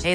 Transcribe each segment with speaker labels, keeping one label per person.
Speaker 1: Hey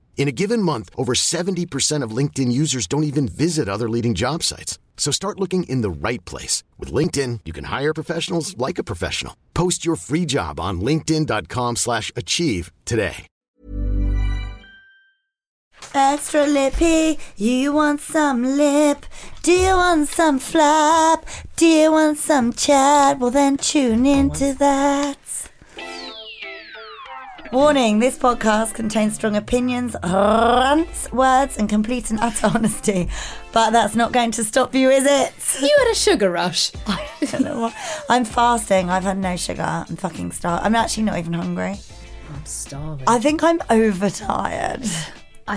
Speaker 2: In a given month, over 70% of LinkedIn users don't even visit other leading job sites. So start looking in the right place. With LinkedIn, you can hire professionals like a professional. Post your free job on linkedin.com/achieve slash achieve today.
Speaker 3: Extra lippy, you want some lip? Do you want some flap? Do you want some chat? Well, then tune into that. Warning this podcast contains strong opinions, rants, words, and complete and utter honesty. But that's not going to stop you, is it?
Speaker 4: You had a sugar rush.
Speaker 3: I don't know what- I'm fasting, I've had no sugar. I'm fucking starved. I'm actually not even hungry.
Speaker 4: I'm starving. I,
Speaker 3: I think I'm overtired.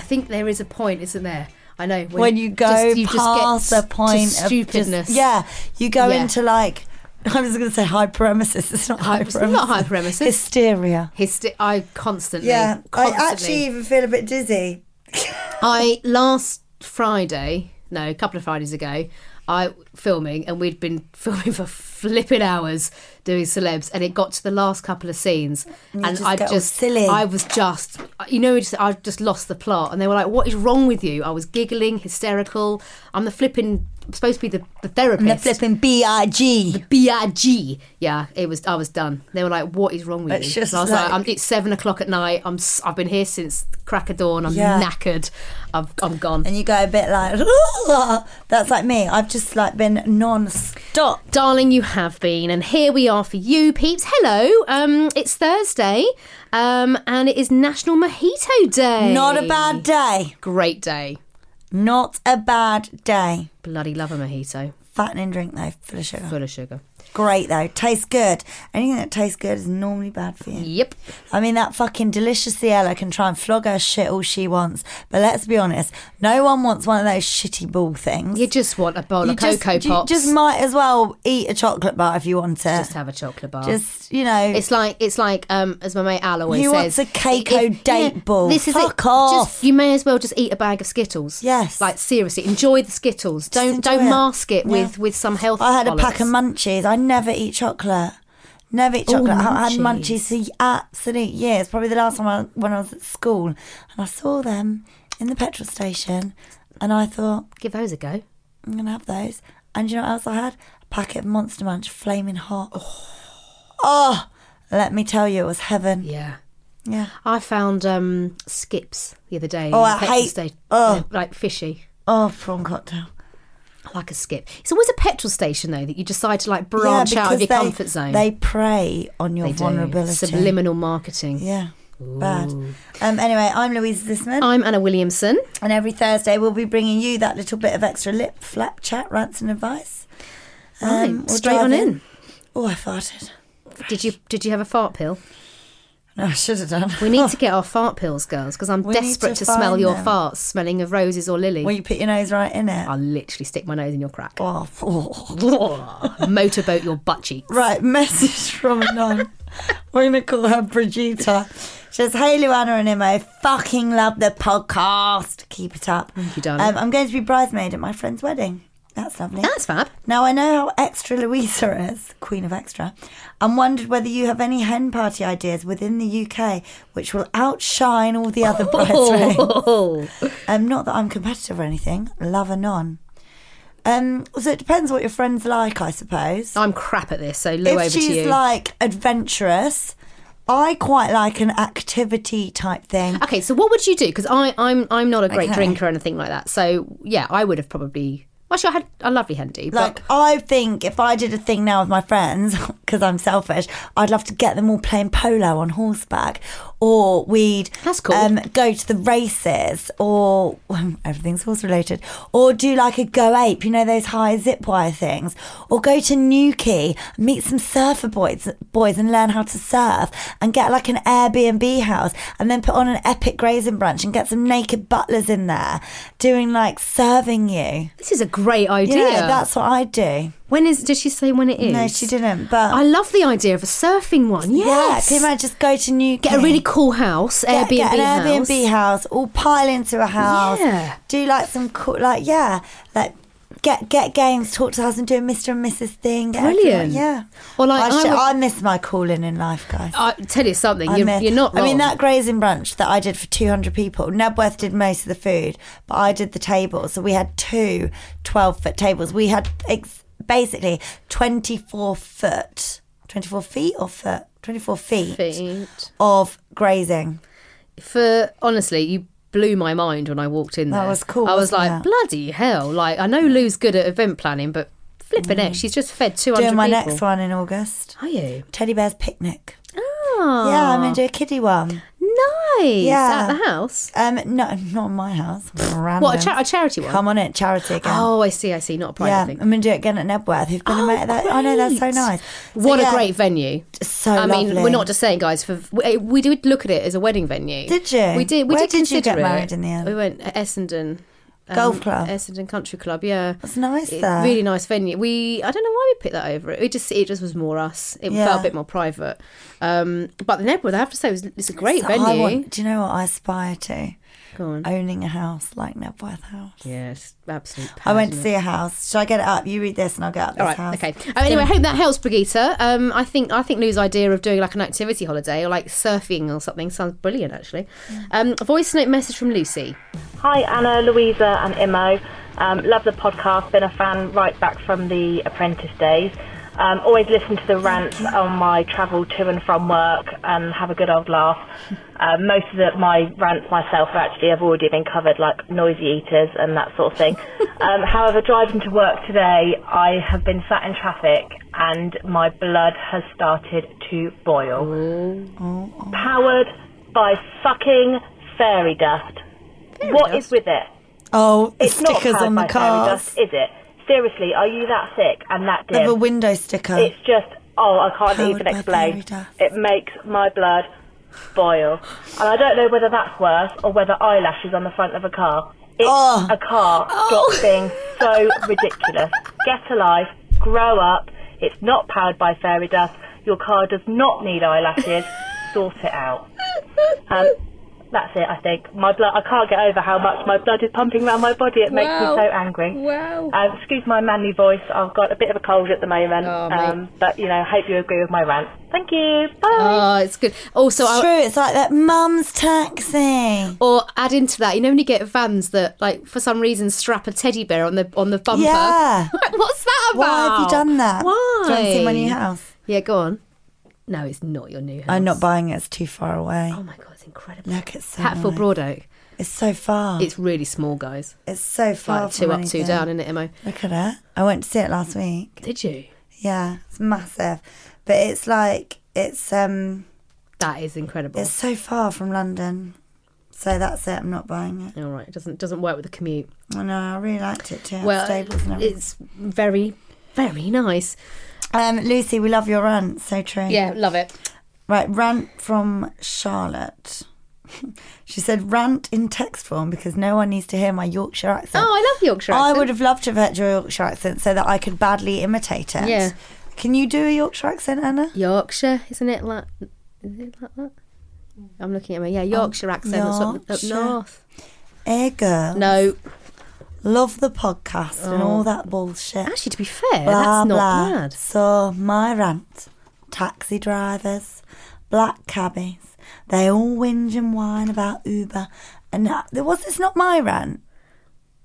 Speaker 4: think there is a point, isn't there? I know
Speaker 3: when, you go
Speaker 4: just- you just get
Speaker 3: past
Speaker 4: s-
Speaker 3: the point
Speaker 4: to
Speaker 3: of
Speaker 4: stupidness.
Speaker 3: Just, yeah, you go
Speaker 4: Yeah.
Speaker 3: into like I was going to say hyperemesis. It's not hyperemesis.
Speaker 4: It's not hyperemesis.
Speaker 3: Hysteria.
Speaker 4: Hyster- I constantly.
Speaker 3: Yeah, I
Speaker 4: constantly.
Speaker 3: actually even feel a bit dizzy.
Speaker 4: I last Friday, no, a couple of Fridays ago, I filming and we'd been filming for flipping hours doing celebs, and it got to the last couple of scenes, and,
Speaker 3: just
Speaker 4: I
Speaker 3: get all
Speaker 4: just,
Speaker 3: silly.
Speaker 4: I was just, you know, just, I just lost the plot, and they were like, "What is wrong with you?" I was giggling, hysterical. I'm the flipping, I'm supposed to be the, the therapist.
Speaker 3: And the flipping big.
Speaker 4: B-I-G. Yeah, it was. I was done. They were like, "What is wrong with
Speaker 3: It's
Speaker 4: you?"
Speaker 3: just
Speaker 4: And I was
Speaker 3: like-
Speaker 4: like, I'm, "It's seven o'clock at night. I'm. s- I've been here since crack of dawn. I'm
Speaker 3: Yeah.
Speaker 4: knackered. I've, I'm gone."
Speaker 3: And you go a bit like that's like me. I've just like been non-stop.
Speaker 4: Darling, you have been, and here we are for you, peeps. Hello, um, it's Thursday, um, and it is National Mojito Day.
Speaker 3: Not a bad day.
Speaker 4: great day.
Speaker 3: Not a bad day.
Speaker 4: Bloody love a mojito,
Speaker 3: Fattening drink though, full of sugar.
Speaker 4: full of sugar.
Speaker 3: Great though, tastes good. Anything that tastes good is normally bad for you.
Speaker 4: Yep,
Speaker 3: I mean, that fucking delicious Ciela can try and flog her shit all she wants. But let's be honest, no one wants one of those shitty ball things.
Speaker 4: you just want a bowl
Speaker 3: You
Speaker 4: of cocoa
Speaker 3: just, you
Speaker 4: pops.
Speaker 3: just might as well eat a chocolate bar if you want it.
Speaker 4: Just
Speaker 3: Just,
Speaker 4: have a chocolate bar.
Speaker 3: you know,
Speaker 4: It's like it's like um, as my mate Al always
Speaker 3: Who
Speaker 4: says.
Speaker 3: wants a Keiko date ball? Fuck
Speaker 4: Just-
Speaker 3: off.
Speaker 4: you may as well just eat a bag of Skittles.
Speaker 3: Yes.
Speaker 4: Like seriously, enjoy the Skittles. Don't
Speaker 3: enjoy
Speaker 4: don't
Speaker 3: it.
Speaker 4: mask it
Speaker 3: Yeah.
Speaker 4: with with some health.
Speaker 3: I had a pack of
Speaker 4: bollocks.
Speaker 3: munchies. I never eat chocolate. Never eat
Speaker 4: Ooh,
Speaker 3: chocolate. I had
Speaker 4: munchies.
Speaker 3: munchies for absolute years. Probably the last time I, when I was at school, and I saw them in the petrol station, and I thought,
Speaker 4: Give those a go.
Speaker 3: I'm gonna have those. And you know what else I had? A packet of Monster Munch, flaming hot. Oh, let me tell you, it was heaven.
Speaker 4: Yeah.
Speaker 3: Yeah.
Speaker 4: I found um, skips the other day. in
Speaker 3: Oh,
Speaker 4: the
Speaker 3: I
Speaker 4: petrol
Speaker 3: hate-
Speaker 4: station.
Speaker 3: oh.
Speaker 4: They're, like fishy.
Speaker 3: Oh, prawn cocktail.
Speaker 4: I like a skip. It's always a petrol station though that you decide to like branch
Speaker 3: yeah,
Speaker 4: out of
Speaker 3: because
Speaker 4: your
Speaker 3: they,
Speaker 4: comfort zone.
Speaker 3: They prey on your
Speaker 4: They do.
Speaker 3: vulnerability.
Speaker 4: Subliminal marketing.
Speaker 3: Yeah. Bad. Um, anyway, I'm Louise Zisman,
Speaker 4: I'm Anna Williamson.
Speaker 3: and every Thursday we'll be bringing you that little bit of extra lip flap chat, rants, and advice.
Speaker 4: Right,
Speaker 3: Um, we'll
Speaker 4: straight
Speaker 3: dive
Speaker 4: on in.
Speaker 3: Oh, I farted.
Speaker 4: Did you did you have a fart pill?
Speaker 3: No, I should have done.
Speaker 4: We need to get our fart pills, girls, because I'm
Speaker 3: We need
Speaker 4: desperate
Speaker 3: to
Speaker 4: to, smell
Speaker 3: find
Speaker 4: your
Speaker 3: them.
Speaker 4: farts, smelling of roses or lily.
Speaker 3: Well, you put your nose right in it.
Speaker 4: I'll literally stick my nose in your crack.
Speaker 3: Oh, oh.
Speaker 4: Motorboat your butt cheek.
Speaker 3: Right, message from Anon. We're going to call her Brigitta. She says, Hey, Luana and Imo, fucking love the podcast. Keep it up. Thank
Speaker 4: you, darling.
Speaker 3: Um, I'm going to be bridesmaid at my friend's wedding. That's lovely.
Speaker 4: That's fab.
Speaker 3: Now, I know how extra Louisa is, Queen of Extra, and wondered whether you have any hen party ideas within the UK which will outshine all the other bridesmaids.
Speaker 4: Oh,
Speaker 3: Um, not that I'm competitive or anything. Love Anon. Um, so it depends what your friends like, I suppose
Speaker 4: I'm crap at this, so Lou, over
Speaker 3: if she's
Speaker 4: to you.
Speaker 3: like adventurous, I quite like an activity type thing.
Speaker 4: okay, so what would you do? Because I'm I'm not a great
Speaker 3: Okay.
Speaker 4: drinker or anything like that. So yeah, I would have probably Well, sure, I had a lovely Hendy, but
Speaker 3: Like, I think if I did a thing now with my friends, because I'm selfish, I'd love to get them all playing polo on horseback, or we'd um,
Speaker 4: That's cool.
Speaker 3: go to the races, or everything's horse related, or do like a go ape, you know those high zip wire things, or go to Newquay, meet some surfer boys, boys, and learn how to surf, and get like an Airbnb house, and then put on an epic grazing brunch and get some naked butlers in there doing like serving you.
Speaker 4: this is a great idea.
Speaker 3: Yeah, that's what I do.
Speaker 4: when is? Did she say when it is?
Speaker 3: No, she didn't. But
Speaker 4: I love the idea of a surfing one. Yes.
Speaker 3: yeah, can you imagine just go to New
Speaker 4: Get a really cool house,
Speaker 3: get,
Speaker 4: Airbnb
Speaker 3: get an
Speaker 4: house.
Speaker 3: Airbnb house, all pile into a house.
Speaker 4: Yeah.
Speaker 3: Do like some cool, like yeah, like get get games, talk to us, and do a Mr and Mrs thing. get everyone-
Speaker 4: Brilliant.
Speaker 3: yeah.
Speaker 4: Or like,
Speaker 3: I,
Speaker 4: I
Speaker 3: should-
Speaker 4: would-
Speaker 3: I miss my calling in life, guys.
Speaker 4: I tell you something,
Speaker 3: I
Speaker 4: you're,
Speaker 3: miss-
Speaker 4: you're not wrong.
Speaker 3: I mean, that grazing brunch that I did for 200 people, Nebworth did most of the food, but I did the table. So we had two 12 foot tables. We had ex- basically 24 foot, 24 feet or foot? 24 feet,
Speaker 4: Feet.
Speaker 3: of grazing.
Speaker 4: for honestly, you blew my mind when I walked in there.
Speaker 3: That was cool,
Speaker 4: I was
Speaker 3: wasn't
Speaker 4: like,
Speaker 3: it?
Speaker 4: bloody hell! Like, I know Lou's good at event planning, but flipping it, she's just fed two hundred
Speaker 3: Mm. Doing
Speaker 4: people.
Speaker 3: my next one in August.
Speaker 4: Are you?
Speaker 3: Teddy Bear's Picnic.
Speaker 4: Ah,
Speaker 3: Yeah, I'm going to do a kiddie one.
Speaker 4: nice.
Speaker 3: Yeah.
Speaker 4: at the house.
Speaker 3: Um, no, not in my house. Random.
Speaker 4: What a, cha- a charity one?
Speaker 3: Come on it, charity again.
Speaker 4: Oh, I see. I see. Not a private
Speaker 3: yeah, I'm
Speaker 4: thing. Oh,
Speaker 3: going to do it again at Nebworth. Who've been a mate of that? I know, that's so
Speaker 4: great.
Speaker 3: nice. So,
Speaker 4: What
Speaker 3: yeah,
Speaker 4: a great venue.
Speaker 3: So
Speaker 4: I mean,
Speaker 3: lovely.
Speaker 4: we're not just saying, guys. For we, eh, we did look at it as a wedding venue.
Speaker 3: Did you?
Speaker 4: We did. We
Speaker 3: Where
Speaker 4: did,
Speaker 3: did you
Speaker 4: consider
Speaker 3: get married
Speaker 4: it.
Speaker 3: in the end?
Speaker 4: We went at Essendon um,
Speaker 3: Golf club?
Speaker 4: Essendon Country Club. Yeah,
Speaker 3: That's nice
Speaker 4: It-
Speaker 3: there.
Speaker 4: Really nice venue. We I don't know why we picked that over. It just it just was more us. It
Speaker 3: Yeah.
Speaker 4: felt a bit more private. Um, but the Nebworth, I have to say, it was, it's a great
Speaker 3: So
Speaker 4: venue.
Speaker 3: I want, do you know what I aspire to?
Speaker 4: Go on.
Speaker 3: Owning a house like Nebworth House.
Speaker 4: yes, absolute.
Speaker 3: I went to
Speaker 4: passion.
Speaker 3: see a house. Should I get it up? You read this and I'll get up this
Speaker 4: All right.
Speaker 3: house.
Speaker 4: Okay. Oh, anyway, I hope that helps, Brigitta. Um, I think I think Lou's idea of doing like an activity holiday or like surfing or something sounds brilliant, actually. Um, a voice note message from Lucy.
Speaker 5: Hi, Anna, Louisa, and Imo. Um, love the podcast. Been a fan right back from the apprentice days. Um, always listen to the rants on my travel to and from work and have a good old laugh. Um, most of the, my rants myself actually have already been covered, like noisy eaters and that sort of thing. um, however, driving to work today, I have been sat in traffic and my blood has started to boil. Powered by fucking fairy dust. What is
Speaker 4: dust?
Speaker 5: with it?
Speaker 3: Oh,
Speaker 5: It's not
Speaker 3: stickers
Speaker 5: powered
Speaker 3: on the
Speaker 5: by fairy dust,
Speaker 3: cars.
Speaker 5: is it? Seriously, are you that sick and that
Speaker 3: They have a
Speaker 5: dim?
Speaker 3: window sticker.
Speaker 5: It's just, oh, I can't
Speaker 3: Powered
Speaker 5: even
Speaker 3: by fairy
Speaker 5: explain.
Speaker 3: dust.
Speaker 5: It makes my blood boil, and I don't know whether that's worse or whether eyelashes on the front of a car. It's
Speaker 3: Oh.
Speaker 5: a car. Stop being so ridiculous. Get a life. Grow up. It's not powered by fairy dust. Your car does not need eyelashes. sort it out. Um, that's it, I think. My blood, I can't get over how much my blood is pumping around my body. It makes me
Speaker 4: Wow.
Speaker 5: so angry.
Speaker 4: Wow.
Speaker 5: Um, excuse my manly voice. I've got a bit of a cold at the moment.
Speaker 4: Oh, mate.
Speaker 5: um, but, you know, hope you agree with my rant. Thank you. Bye.
Speaker 4: Oh, it's good. Also,
Speaker 3: It's
Speaker 4: I,
Speaker 3: true. It's like that mum's taxi.
Speaker 4: or add into that, you know, when you get vans that like for some reason strap a teddy bear on the on the bumper.
Speaker 3: Yeah.
Speaker 4: What's that about?
Speaker 3: Why have you done that?
Speaker 4: Why?
Speaker 3: Do you want to see my new house?
Speaker 4: Yeah, go on. No, it's not your new house.
Speaker 3: I'm not buying it. It's too far away.
Speaker 4: Oh my god, it's incredible.
Speaker 3: Look, it's so
Speaker 4: Hatfield
Speaker 3: nice.
Speaker 4: Broadoak.
Speaker 3: It's so far. It's,
Speaker 4: It's really small, guys.
Speaker 3: so far.
Speaker 4: Like two
Speaker 3: from
Speaker 4: up, two
Speaker 3: anything.
Speaker 4: down, isn't it, Emo?
Speaker 3: Look at it. I went to see it last week.
Speaker 4: Did you?
Speaker 3: Yeah, it's massive, but it's like it's um
Speaker 4: That is incredible.
Speaker 3: it's so far from London, so that's it. I'm not buying it.
Speaker 4: All right, it doesn't doesn't work with the commute.
Speaker 3: I know I really liked it too.
Speaker 4: well,
Speaker 3: Well, stables and everything.
Speaker 4: it's very very nice.
Speaker 3: Um, Lucy, we love your rant. So true.
Speaker 4: Yeah, love it.
Speaker 3: Right, rant from Charlotte. she said rant in text form because no one needs to hear my Yorkshire accent.
Speaker 4: Oh, I love Yorkshire.
Speaker 3: I
Speaker 4: accent.
Speaker 3: would have loved to have heard your Yorkshire accent so that I could badly imitate it.
Speaker 4: Yeah.
Speaker 3: Can you do a Yorkshire accent, Anna?
Speaker 4: Yorkshire, isn't it like is it like that? I'm looking at my yeah Yorkshire accent or something up
Speaker 3: Um, Yorkshire.
Speaker 4: north.
Speaker 3: Hey, girl.
Speaker 4: No,
Speaker 3: Love the podcast and all that bullshit.
Speaker 4: Oh. actually, to be fair,
Speaker 3: blah
Speaker 4: that's not
Speaker 3: blah.
Speaker 4: bad.
Speaker 3: So my rant: taxi drivers, black cabbies, they all whinge and whine about Uber. And uh, there was it's not my rant.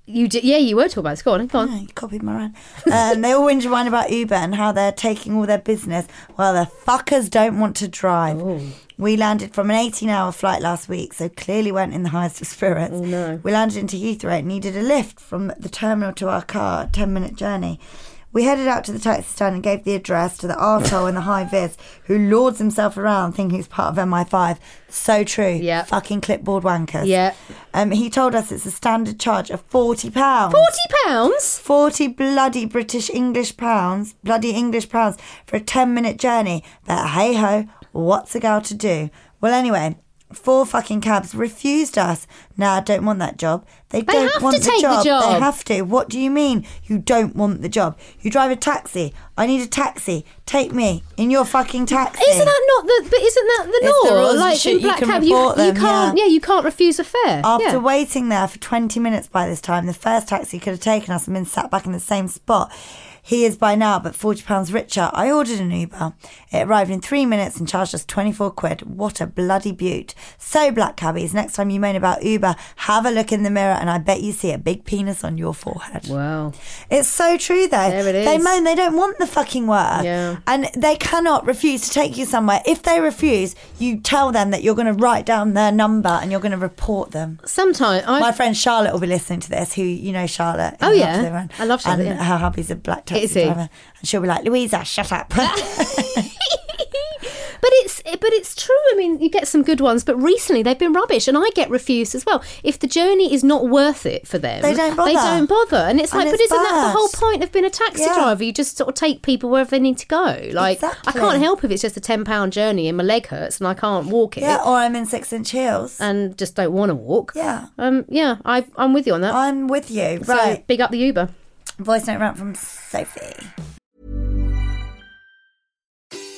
Speaker 4: You did, yeah, you were talking about it. Go on, go on.
Speaker 3: Yeah, you copied my rant. Um, they all whinge and whine about Uber and how they're taking all their business while the fuckers don't want to drive. We landed from an 18 hour flight last week, so clearly weren't in the highest of spirits.
Speaker 4: Oh, no.
Speaker 3: We landed into Heathrow, needed a lift from the terminal to our car, 10 minute journey. We headed out to the taxi stand and gave the address to the arsehole in the high vis who lords himself around thinking he's part of MI5. So true.
Speaker 4: Yeah.
Speaker 3: Fucking clipboard wankers.
Speaker 4: Yeah.
Speaker 3: Um, he told us it's a standard charge of £40. £40?
Speaker 4: Forty pounds.
Speaker 3: 40 bloody British English pounds, bloody English pounds for a 10 minute journey. But hey ho, what's a girl to do? Well, anyway, four fucking cabs refused us. Nah, I don't want that job. They, don't
Speaker 4: have
Speaker 3: want
Speaker 4: to take the
Speaker 3: job. They
Speaker 4: job.
Speaker 3: have to. What do you mean you don't want the job? You drive a taxi. I need a taxi. Take me in your fucking taxi.
Speaker 4: Isn't that not the? But isn't that the
Speaker 3: It's the
Speaker 4: law?
Speaker 3: rules and
Speaker 4: like
Speaker 3: shit,
Speaker 4: in
Speaker 3: you
Speaker 4: black
Speaker 3: can
Speaker 4: cab, you,
Speaker 3: report
Speaker 4: you
Speaker 3: them,
Speaker 4: can't.
Speaker 3: yeah.
Speaker 4: Yeah. you can't refuse a fare.
Speaker 3: After
Speaker 4: yeah.
Speaker 3: waiting there for 20 minutes by this time, the first taxi could have taken us and been sat back in the same spot. He is by now but £40 richer. I ordered an Uber. It arrived in three minutes and charged us 24 quid. What a bloody beaut. So, black cabbies, next time you moan about Uber, have a look in the mirror and I bet you see a big penis on your forehead.
Speaker 4: Wow.
Speaker 3: It's so true, though.
Speaker 4: There it
Speaker 3: They
Speaker 4: is.
Speaker 3: moan they don't want the fucking work.
Speaker 4: Yeah.
Speaker 3: And they cannot refuse to take you somewhere. If they refuse, you tell them that you're going to write down their number and you're going to report them.
Speaker 4: Sometimes I.
Speaker 3: My friend Charlotte will be listening to this, who you know Charlotte.
Speaker 4: Oh,
Speaker 3: in
Speaker 4: yeah.
Speaker 3: Half the Run.
Speaker 4: I love Charlotte,
Speaker 3: And
Speaker 4: yeah.
Speaker 3: her hubby's a black taxi
Speaker 4: Is he?
Speaker 3: driver, and she'll be like, "Louisa, shut up."
Speaker 4: But it's but it's true. I mean, you get some good ones, but recently they've been rubbish, and I get refused as well. If the journey is not worth it for them,
Speaker 3: They don't
Speaker 4: They
Speaker 3: bother.
Speaker 4: don't bother, and it's
Speaker 3: And
Speaker 4: like, but
Speaker 3: it's
Speaker 4: isn't that
Speaker 3: bad.
Speaker 4: the whole point of being a taxi
Speaker 3: Yeah.
Speaker 4: driver? You just sort of take people wherever they need to go. Like I
Speaker 3: Exactly.
Speaker 4: can't help if it's just a ten pound journey and my leg hurts and I can't walk it,
Speaker 3: yeah, or I'm in six-inch heels.
Speaker 4: and just don't want to walk.
Speaker 3: Yeah.
Speaker 4: um, yeah, I I'm with you on that.
Speaker 3: I'm with you,
Speaker 4: so
Speaker 3: right?
Speaker 4: big up the Uber.
Speaker 3: Voice note rant from Sophie.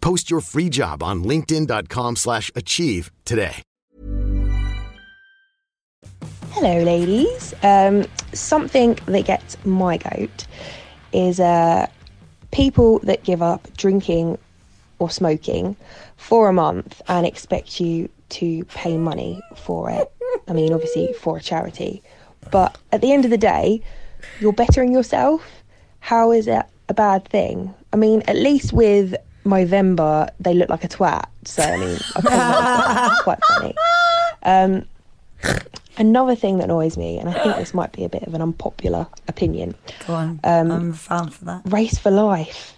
Speaker 2: Post your free job on linkedin.com/achieve slash achieve today.
Speaker 6: Hello, ladies. Um, something that gets my goat is uh, people that give up drinking or smoking for a month and expect you to pay money for it. I mean, obviously, for a charity. But at the end of the day, you're bettering yourself. How is it a bad thing? I mean, at least with Movember, they look like a twat. So, I mean, I call myself quite funny. Um, Another thing that annoys me, and I think this might be a bit of an unpopular opinion
Speaker 3: Go on.
Speaker 4: Um,
Speaker 3: I'm a fan for that.
Speaker 6: Race for Life.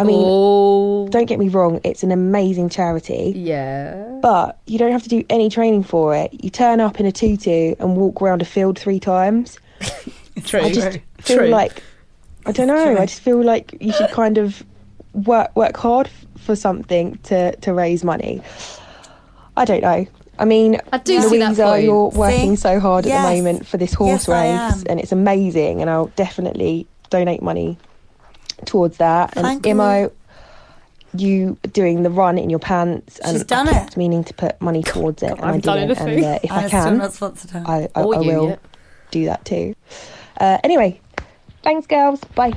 Speaker 6: I mean,
Speaker 4: Oh
Speaker 6: don't get me wrong, it's an amazing charity,
Speaker 4: yeah,
Speaker 6: but you don't have to do any training for it. You turn up in a tutu and walk around a field three times.
Speaker 4: true.
Speaker 6: I just feel like, I don't know, I just feel like you should kind of work work hard f- for something to, to raise money. I don't know. I mean,
Speaker 4: I do see that
Speaker 6: Louisa,
Speaker 4: point.
Speaker 6: you're working
Speaker 3: See?
Speaker 6: so hard
Speaker 3: Yes.
Speaker 6: at the moment for this horse
Speaker 3: Yes, I am.
Speaker 6: race, and it's amazing. And I'll definitely donate money towards that. And
Speaker 3: Thank
Speaker 6: Imo, you doing the run in your pants, and
Speaker 3: She's done
Speaker 6: I kept
Speaker 3: it.
Speaker 6: meaning to put money towards it, and I
Speaker 4: I've done
Speaker 6: didn't.
Speaker 4: anything.
Speaker 6: And uh, if
Speaker 3: I'm
Speaker 6: I
Speaker 3: still
Speaker 6: can,
Speaker 3: not sponsored her.
Speaker 6: I, I, I
Speaker 4: Or you
Speaker 6: will
Speaker 4: yet.
Speaker 6: do that too. Uh, anyway, Thanks, girls. Bye.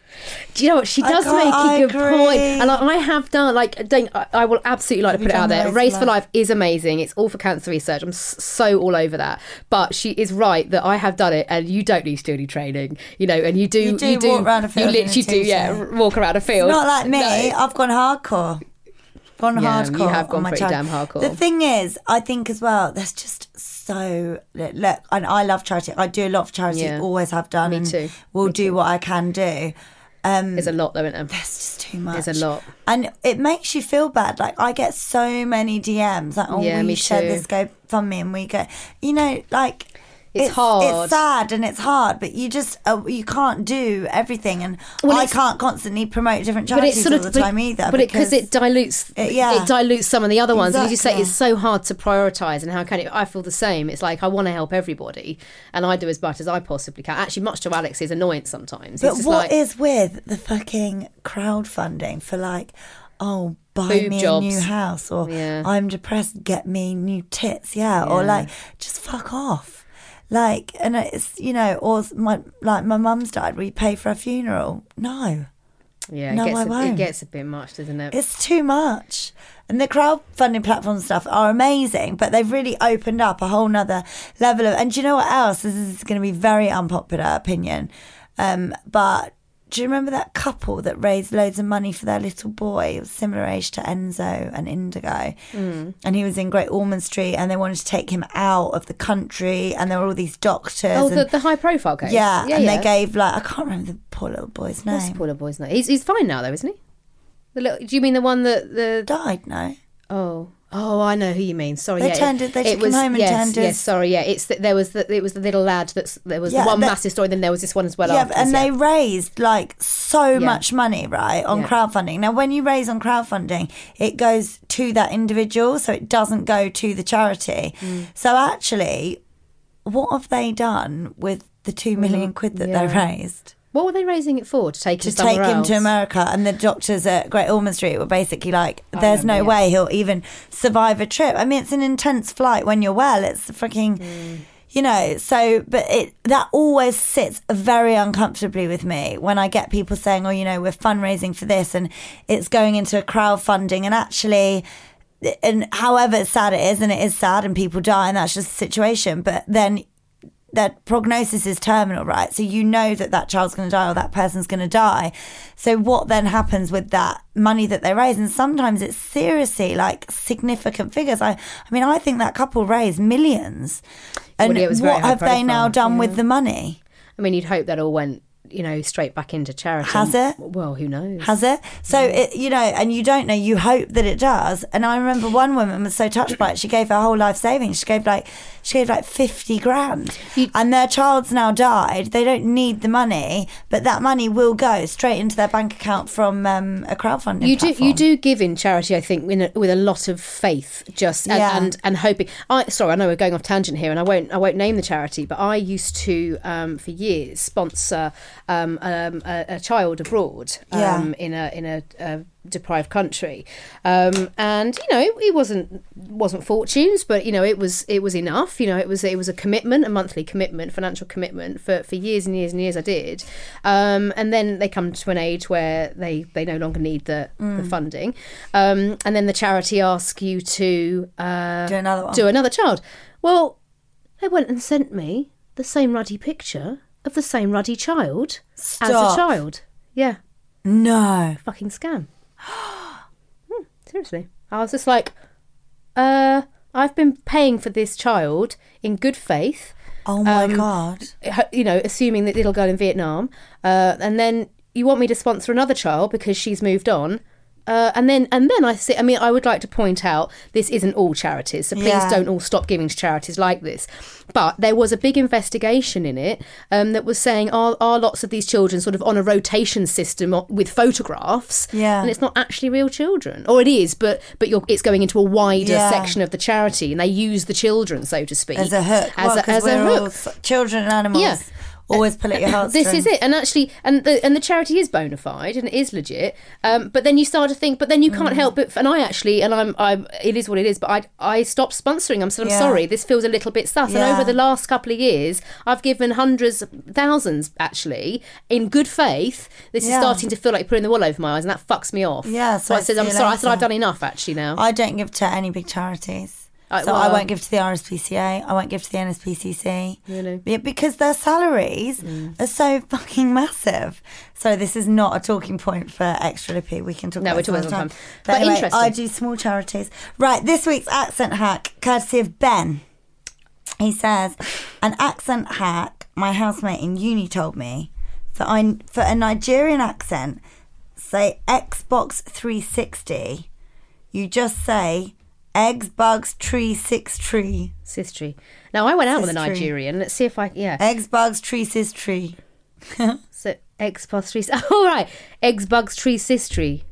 Speaker 4: Do you know what she
Speaker 3: I
Speaker 4: does
Speaker 3: can't-
Speaker 4: make
Speaker 3: I
Speaker 4: a good
Speaker 3: agree.
Speaker 4: point, and I, I have done like don't, I, I will absolutely like to put it out
Speaker 3: done
Speaker 4: there.
Speaker 3: Race
Speaker 4: Race,
Speaker 3: for
Speaker 4: for
Speaker 3: Life?
Speaker 4: Life is amazing. It's all for cancer research. I'm s- so all over that. But she is right that I have done it, and you don't need to do any training, you know, and you do
Speaker 3: You do walk around a field in
Speaker 4: You
Speaker 3: a
Speaker 4: literally do, yeah,
Speaker 3: t-shirt.
Speaker 4: r- walk around a field.
Speaker 3: Not like me.
Speaker 4: No.
Speaker 3: I've gone hardcore. Gone
Speaker 4: Yeah, you
Speaker 3: hardcore.
Speaker 4: have gone
Speaker 3: on my
Speaker 4: pretty damn
Speaker 3: child.
Speaker 4: hardcore.
Speaker 3: The thing is, I think as well, there's just so look, and I love charity. I do a lot for charity.
Speaker 4: Yeah.
Speaker 3: Always have done.
Speaker 4: Me
Speaker 3: and
Speaker 4: too.
Speaker 3: Will do what I can do. Um,
Speaker 4: There's a lot though, isn't there?
Speaker 3: It's just too much.
Speaker 4: There's a lot.
Speaker 3: and it makes you feel bad. Like I get so many DMs like, "Oh,
Speaker 4: Yeah,
Speaker 3: we
Speaker 4: me
Speaker 3: share
Speaker 4: too.
Speaker 3: this go fund me," and we go, you know, like
Speaker 4: It's
Speaker 3: It's
Speaker 4: hard.
Speaker 3: sad and it's hard, but you just uh, you can't do everything, and
Speaker 4: Well,
Speaker 3: I
Speaker 4: it's-
Speaker 3: can't constantly promote different charities all the
Speaker 4: but-
Speaker 3: time either.
Speaker 4: But because it, dilutes,
Speaker 3: It-
Speaker 4: it,
Speaker 3: yeah.
Speaker 4: dilutes some of the other ones. And as you say,
Speaker 3: Exactly.
Speaker 4: it's so hard to prioritize. And how can it? I feel the same. It's like I want to help everybody, and I do as much as I possibly can. Actually, much to Alex's annoyance sometimes.
Speaker 3: But
Speaker 4: it's just
Speaker 3: what
Speaker 4: like,
Speaker 3: is with the fucking crowdfunding for like, oh, buy
Speaker 4: Boob
Speaker 3: me
Speaker 4: jobs.
Speaker 3: a new house or
Speaker 4: Yeah.
Speaker 3: I'm depressed, get me new tits, yeah, or like just fuck off. Like, and it's, you know, or s- my, like my mum's died, we pay for her funeral. No,
Speaker 4: yeah, it,
Speaker 3: No, I
Speaker 4: gets a,
Speaker 3: won't.
Speaker 4: it gets a bit much, doesn't it?
Speaker 3: it's too much. And the crowdfunding platform stuff are amazing, but they've really opened up a whole nother level of, and do you know what else? This is going to be very unpopular opinion. Um, but do you remember that couple that raised loads of money for their little boy? It was similar age to Enzo and Indigo.
Speaker 4: Mm.
Speaker 3: And he was in Great Ormond Street and they wanted to take him out of the country. And there were all these doctors.
Speaker 4: oh,
Speaker 3: and,
Speaker 4: the, the high profile case.
Speaker 3: yeah,
Speaker 4: yeah.
Speaker 3: And
Speaker 4: yeah.
Speaker 3: they gave, like, I can't remember the poor little boy's name.
Speaker 4: What's Paula Boy's name? He's, he's fine now though, isn't he? The little, do you mean the one that the
Speaker 3: Died, no?
Speaker 4: Oh, oh, I know who you mean. Sorry,
Speaker 3: They
Speaker 4: yeah,
Speaker 3: turned it- they took him home and
Speaker 4: yes,
Speaker 3: turned
Speaker 4: yes,
Speaker 3: his-
Speaker 4: sorry, yeah. It's that there was the it was the little lad that's there was
Speaker 3: Yeah,
Speaker 4: the one
Speaker 3: that-
Speaker 4: massive story. Then there was this one as well.
Speaker 3: yeah,
Speaker 4: afterwards,
Speaker 3: and
Speaker 4: yeah.
Speaker 3: they raised like so
Speaker 4: Yeah.
Speaker 3: much money, right, on
Speaker 4: Yeah.
Speaker 3: crowdfunding. Now, when you raise on crowdfunding, it goes to that individual, so it doesn't go to the charity.
Speaker 4: Mm.
Speaker 3: So, actually, what have they done with the two million
Speaker 4: Mm-hmm.
Speaker 3: quid that they raised?
Speaker 4: what were they raising it for? To take
Speaker 3: To
Speaker 4: him
Speaker 3: take
Speaker 4: somewhere
Speaker 3: him
Speaker 4: else?
Speaker 3: to America, and the doctors at Great Ormond Street were basically like, "There's no way he'll even survive a trip." I mean, it's an intense flight when you're well. It's the freaking
Speaker 4: Mm.
Speaker 3: you know so but it that always sits very uncomfortably with me when i get people saying oh you know we're fundraising for this and it's going into a crowdfunding and actually and however sad it is and it is sad and people die and that's just the situation but then that prognosis is terminal right so you know that that child's going to die or that person's going to die so what then happens with that money that they raise and sometimes it's seriously like significant figures i i mean i think that couple raised millions and
Speaker 4: Well, yeah, it was very
Speaker 3: what
Speaker 4: high
Speaker 3: have they now
Speaker 4: profile.
Speaker 3: done with the money?
Speaker 4: I mean, you'd hope that all went, you know, straight back into charity.
Speaker 3: Has it?
Speaker 4: Well, who knows?
Speaker 3: Has it? So it, you know, and you don't know. You hope that it does. And I remember one woman was so touched by it. She gave her whole life savings. She gave like she gave like fifty grand, and their child's now died. They don't need the money, but that money will go straight into their bank account from um, a crowdfunding.
Speaker 4: you do
Speaker 3: platform.
Speaker 4: you do give in charity i think in a, with a lot of faith just and,
Speaker 3: Yeah.
Speaker 4: and and hoping i sorry i know we're going off tangent here and i won't i won't name the charity but i used to um, for years sponsor um, um, a, a child abroad
Speaker 3: Yeah.
Speaker 4: um, in a in a, a deprived country um, and you know it, it wasn't wasn't fortunes but you know it was it was enough you know it was it was a commitment a monthly commitment financial commitment for, for years and years and years I did um, and then they come to an age where they they no longer need the, the funding um, and then the charity ask you to uh,
Speaker 3: Do another one.
Speaker 4: do another child well they went and sent me the same ruddy picture of the same ruddy child as
Speaker 3: Stop.
Speaker 4: a child yeah
Speaker 3: no.
Speaker 4: fucking scam. Hmm, seriously. I was just like, uh, I've been paying for this child in good faith,
Speaker 3: Oh my
Speaker 4: Um,
Speaker 3: god.
Speaker 4: h- you know, assuming that little girl in Vietnam, uh, and then you want me to sponsor another child because she's moved on. Uh, and then, and then I see. I mean, I would like to point out this isn't all charities, so please
Speaker 3: Yeah.
Speaker 4: don't all stop giving to charities like this. But there was a big investigation in it um, that was saying are are lots of these children sort of on a rotation system o- with photographs,
Speaker 3: Yeah.
Speaker 4: and it's not actually real children, or it is, but but you're, it's going into a wider
Speaker 3: Yeah.
Speaker 4: section of the charity, and they use the children, so to speak,
Speaker 3: As a hook.
Speaker 4: as
Speaker 3: Well,
Speaker 4: a,
Speaker 3: 'cause
Speaker 4: as a
Speaker 3: we're all
Speaker 4: hook.
Speaker 3: s- children and animals.
Speaker 4: Yeah.
Speaker 3: Always pull at your heartstrings.
Speaker 4: This is it, and actually, and the and the charity is bona fide and it is legit. Um, but then you start to think, but then you
Speaker 3: Mm.
Speaker 4: can't help but. And I actually, and I'm, I'm, it is what it is. But I, I stopped sponsoring. I'm, so I'm
Speaker 3: Yeah.
Speaker 4: sorry. This feels a little bit sus.
Speaker 3: Yeah.
Speaker 4: And over the last couple of years, I've given hundreds, thousands, actually, in good faith. This
Speaker 3: Yeah.
Speaker 4: is starting to feel like putting the wool over my eyes, and that fucks me off.
Speaker 3: Yeah, so
Speaker 4: So I
Speaker 3: I
Speaker 4: said,
Speaker 3: see
Speaker 4: I'm
Speaker 3: you
Speaker 4: sorry. I said
Speaker 3: later.
Speaker 4: I've done enough actually now.
Speaker 3: I don't give to any big charities.
Speaker 4: I-
Speaker 3: so I
Speaker 4: well-
Speaker 3: won't give to the RSPCA. I won't give to the NSPCC. Really? Yeah, because their salaries are so fucking massive. So this is not a talking point for extra lippy. We can talk.
Speaker 4: No,
Speaker 3: about
Speaker 4: we're
Speaker 3: it
Speaker 4: talking
Speaker 3: another
Speaker 4: about
Speaker 3: time.
Speaker 4: it But
Speaker 3: anyway,
Speaker 4: interesting.
Speaker 3: I do small charities. Right, this week's accent hack, courtesy of Ben. He says, an accent hack. My housemate in uni told me that I for a Nigerian accent, say Xbox 360. You just say Xbox tree six tree.
Speaker 4: Sistry. Now I went out with a
Speaker 3: Sistry.
Speaker 4: Nigerian. Let's see if I yeah.
Speaker 3: Xbox tree sis tree.
Speaker 4: So Xbox three. All right, Xbox tree sistry.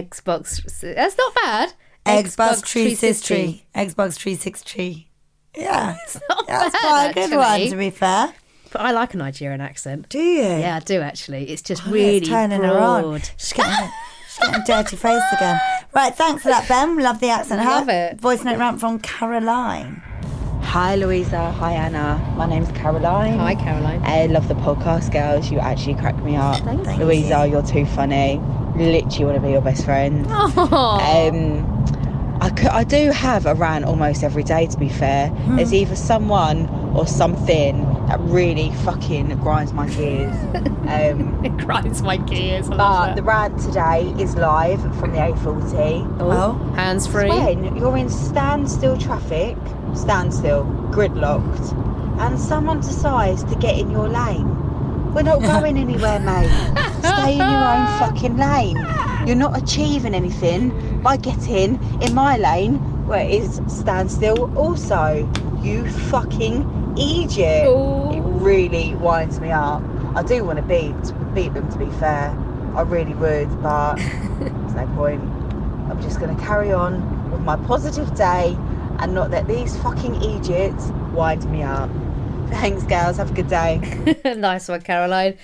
Speaker 4: Xbox. That's not bad.
Speaker 3: Xbox tree sis
Speaker 4: sistry.
Speaker 3: tree. Xbox tree six tree. Yeah.
Speaker 4: Not
Speaker 3: That's
Speaker 4: bad,
Speaker 3: quite a good
Speaker 4: actually.
Speaker 3: one to be fair.
Speaker 4: But I like a Nigerian accent.
Speaker 3: Do you?
Speaker 4: Yeah, I do actually. It's just
Speaker 3: Oh, yeah,
Speaker 4: really
Speaker 3: it's turning her on.
Speaker 4: broad.
Speaker 3: She's getting, she's getting dirty face again. Right, thanks for that, Ben. Love the accent.
Speaker 4: Love
Speaker 3: hack.
Speaker 4: it.
Speaker 3: Voice note rant from Caroline.
Speaker 7: Hi, Louisa. Hi, Anna. My name's Caroline.
Speaker 4: Hi, Caroline.
Speaker 7: I love the podcast, girls. You actually crack me up.
Speaker 3: Thank
Speaker 7: Louisa, you. are too funny. Literally want to be your best friend. Um, I, cou- I do have a rant almost every day, to be fair.
Speaker 4: Hmm.
Speaker 7: There's either someone or something that really fucking grinds my gears. Um,
Speaker 4: It grinds my gears. I
Speaker 7: but
Speaker 4: love
Speaker 7: the
Speaker 4: that.
Speaker 7: rant today is live from the A40.
Speaker 3: Oh.
Speaker 4: hands free.
Speaker 7: When you're in standstill traffic, standstill, gridlocked, and someone decides to get in your lane, we're not going anywhere, mate. Stay in your own fucking lane. You're not achieving anything by getting in my lane where it is standstill also. You fucking idiot. It really winds me up. I do want to beat, beat them, to be fair. I really would, but there's no point. I'm just going to carry on with my positive day and not let these fucking idiots wind me up. Thanks, girls. Have a good day.
Speaker 4: nice one, Caroline.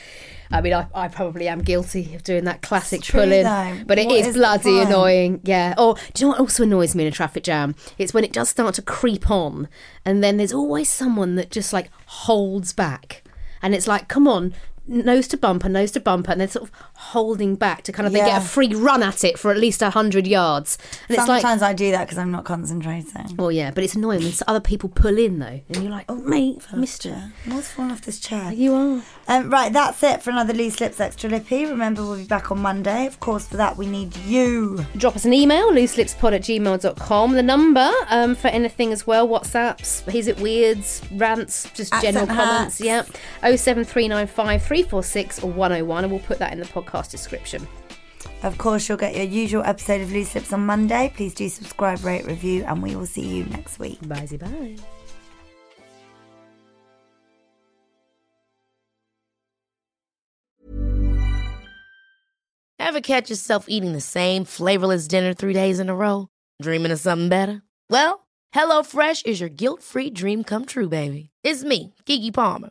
Speaker 4: I mean, I, I probably am guilty of doing that classic
Speaker 3: It's true,
Speaker 4: pulling,
Speaker 3: though.
Speaker 4: but it
Speaker 3: What
Speaker 4: is
Speaker 3: is the
Speaker 4: bloody
Speaker 3: crime?
Speaker 4: annoying. Yeah. Or do you know what also annoys me in a traffic jam? It's when it does start to creep on, and then there's always someone that just like holds back, and it's like, come on. Nose to bumper, nose to bumper, and they're sort of holding back to kind of they
Speaker 3: Yeah.
Speaker 4: get a free run at it for at least hundred yards, and it's like,
Speaker 3: Sometimes I do that because I'm not concentrating.
Speaker 4: well, yeah, but it's annoying when other people pull in though, and you're like, oh mate, Mister,
Speaker 3: I was falling off this chair.
Speaker 4: you are.
Speaker 3: Um, right, that's it for another Loose Lips Extra Lippy. Remember, we'll be back on Monday. Of course, for that, we need you.
Speaker 4: drop us an email looselipspod at gmail.com the number um, for anything as well whatsapps he's at weirds rants just
Speaker 3: Accent
Speaker 4: general
Speaker 3: hacks.
Speaker 4: comments Oh yeah 07395 346 or 101 and we'll put that in the podcast description
Speaker 3: Of course, you'll get your usual episode of Loose Lips on Monday. Please do subscribe, rate, review, and we will see you next week.
Speaker 4: bye bye
Speaker 8: Ever catch yourself eating the same flavorless dinner three days in a row? Dreaming of something better? Well, HelloFresh is your guilt-free dream come true, baby. It's me, Kiki Palmer.